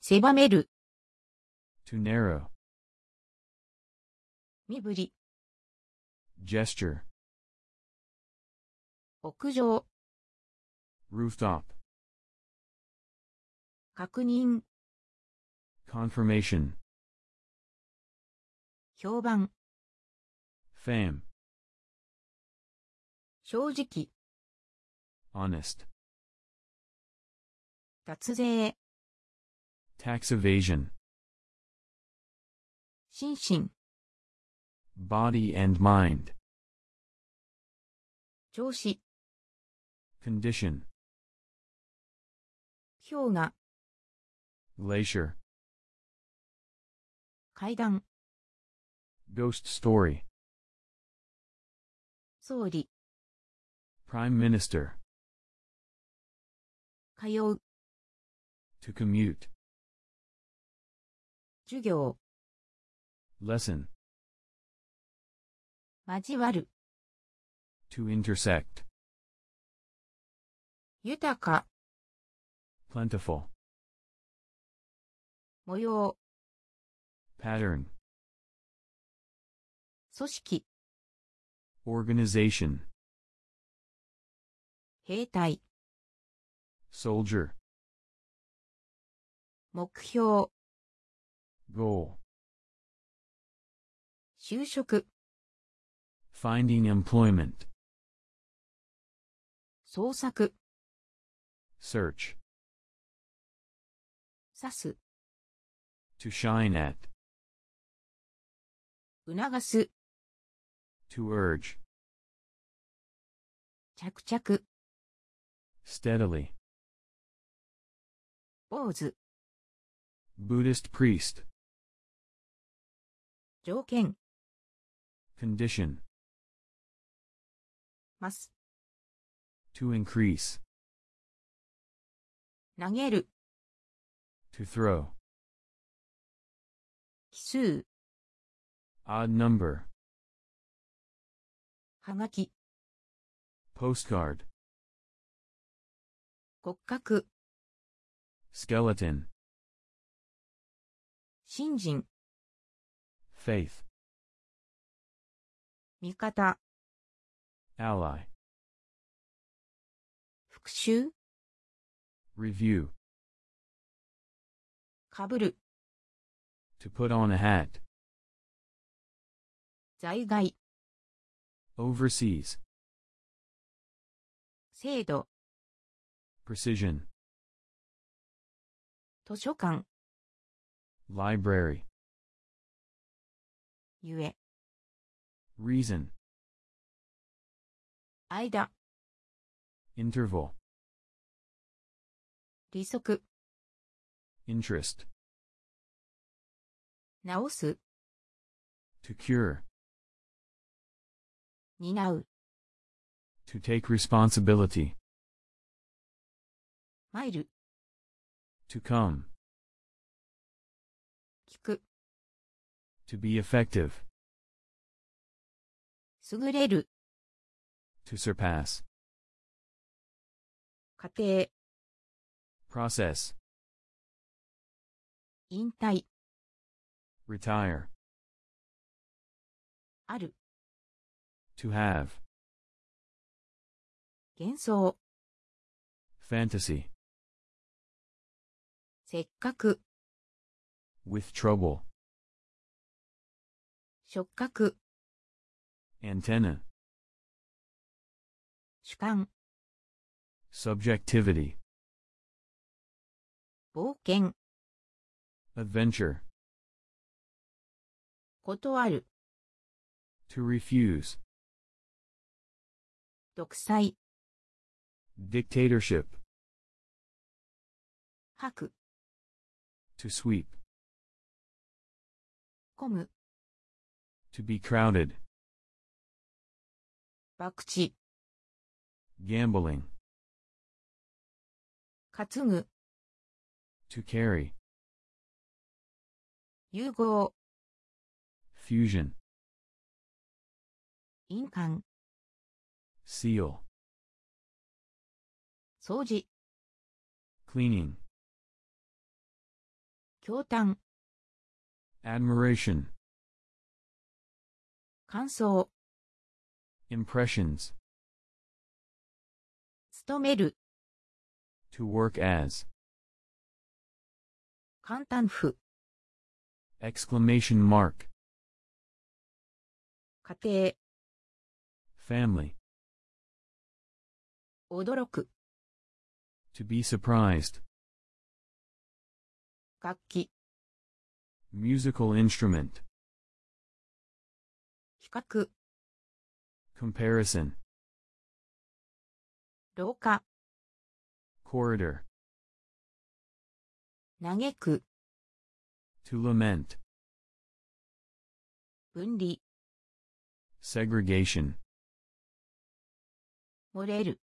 狭める、 to narrow, 身振り、 gesture, 屋上、 rooftop, 確認、 confirmation, 評判、 fame, 正直、 honest, 脱税、 tax evasion, 心身、 body and mind, 調子、 condition, 氷河、 glacier, 階段、 ghost story, 総理、 prime minister, 通う、 to commute, 授業、 lesson, 交わる、 to intersect, 豊か、 plentiful, 模様、 pattern, 組織、 organization, 兵隊、 soldier, 目標、 goal, 就職、 finding employment, 創作、 search, 指す、 to shine at, 促す、 to urge, 着々、 steadily, 坊主、 Buddhist priest, 条件、 condition, ます、 to increase, 投げる、 to throw, 奇数、 odd number, はがき、 postcard, 骨格、 skeleton, 新人、 faith, 味方、 ally, 復讐、 review, かぶる、 to put on a hat, 在外、 overseas, 制度、 precision, 図書館、 library, ゆえ、 reason, 間、 interval, 利息、 interest, 直す、 to cure, 担う、 to take responsibility, 参る、 to come, 聞く、 to be effective, 優れる、 to surpass, 家庭、 process, 引退、 retire, ある、 to have, 幻想、 fantasy, せっかく、 with trouble, 触覚、 antenna, 主観、 subjectivity, 冒険、 adventure, 断る、 to refuse, 独裁、 dictatorship, 吐く、 to sweep, 込む、 to be crowded, 博打、 gambling, 担ぐ、 to carry, 融合、 fusion, 印鑑、 seal, 掃除、 cleaning, 驚嘆、 admiration, 感想、 impressions, 努める、 to work as, 簡単符、 exclamation mark, 家庭、 family, 驚く、 to be surprised, 楽器、 musical instrument, 比較、 comparison, 廊下、 corridor, 嘆く、 to lament, 分離、 segregation, 漏れる、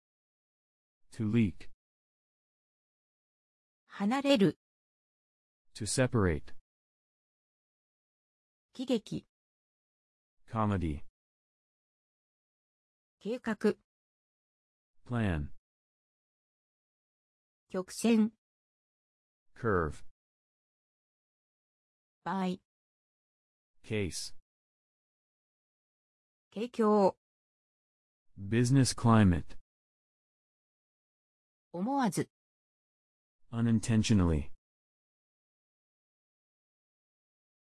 to leak, 離れる、 to separate, 喜劇、 comedy, 計画、 plan, 曲線、 curve, 場合、 case, 景況、 business climate, 思わず、 unintentionally,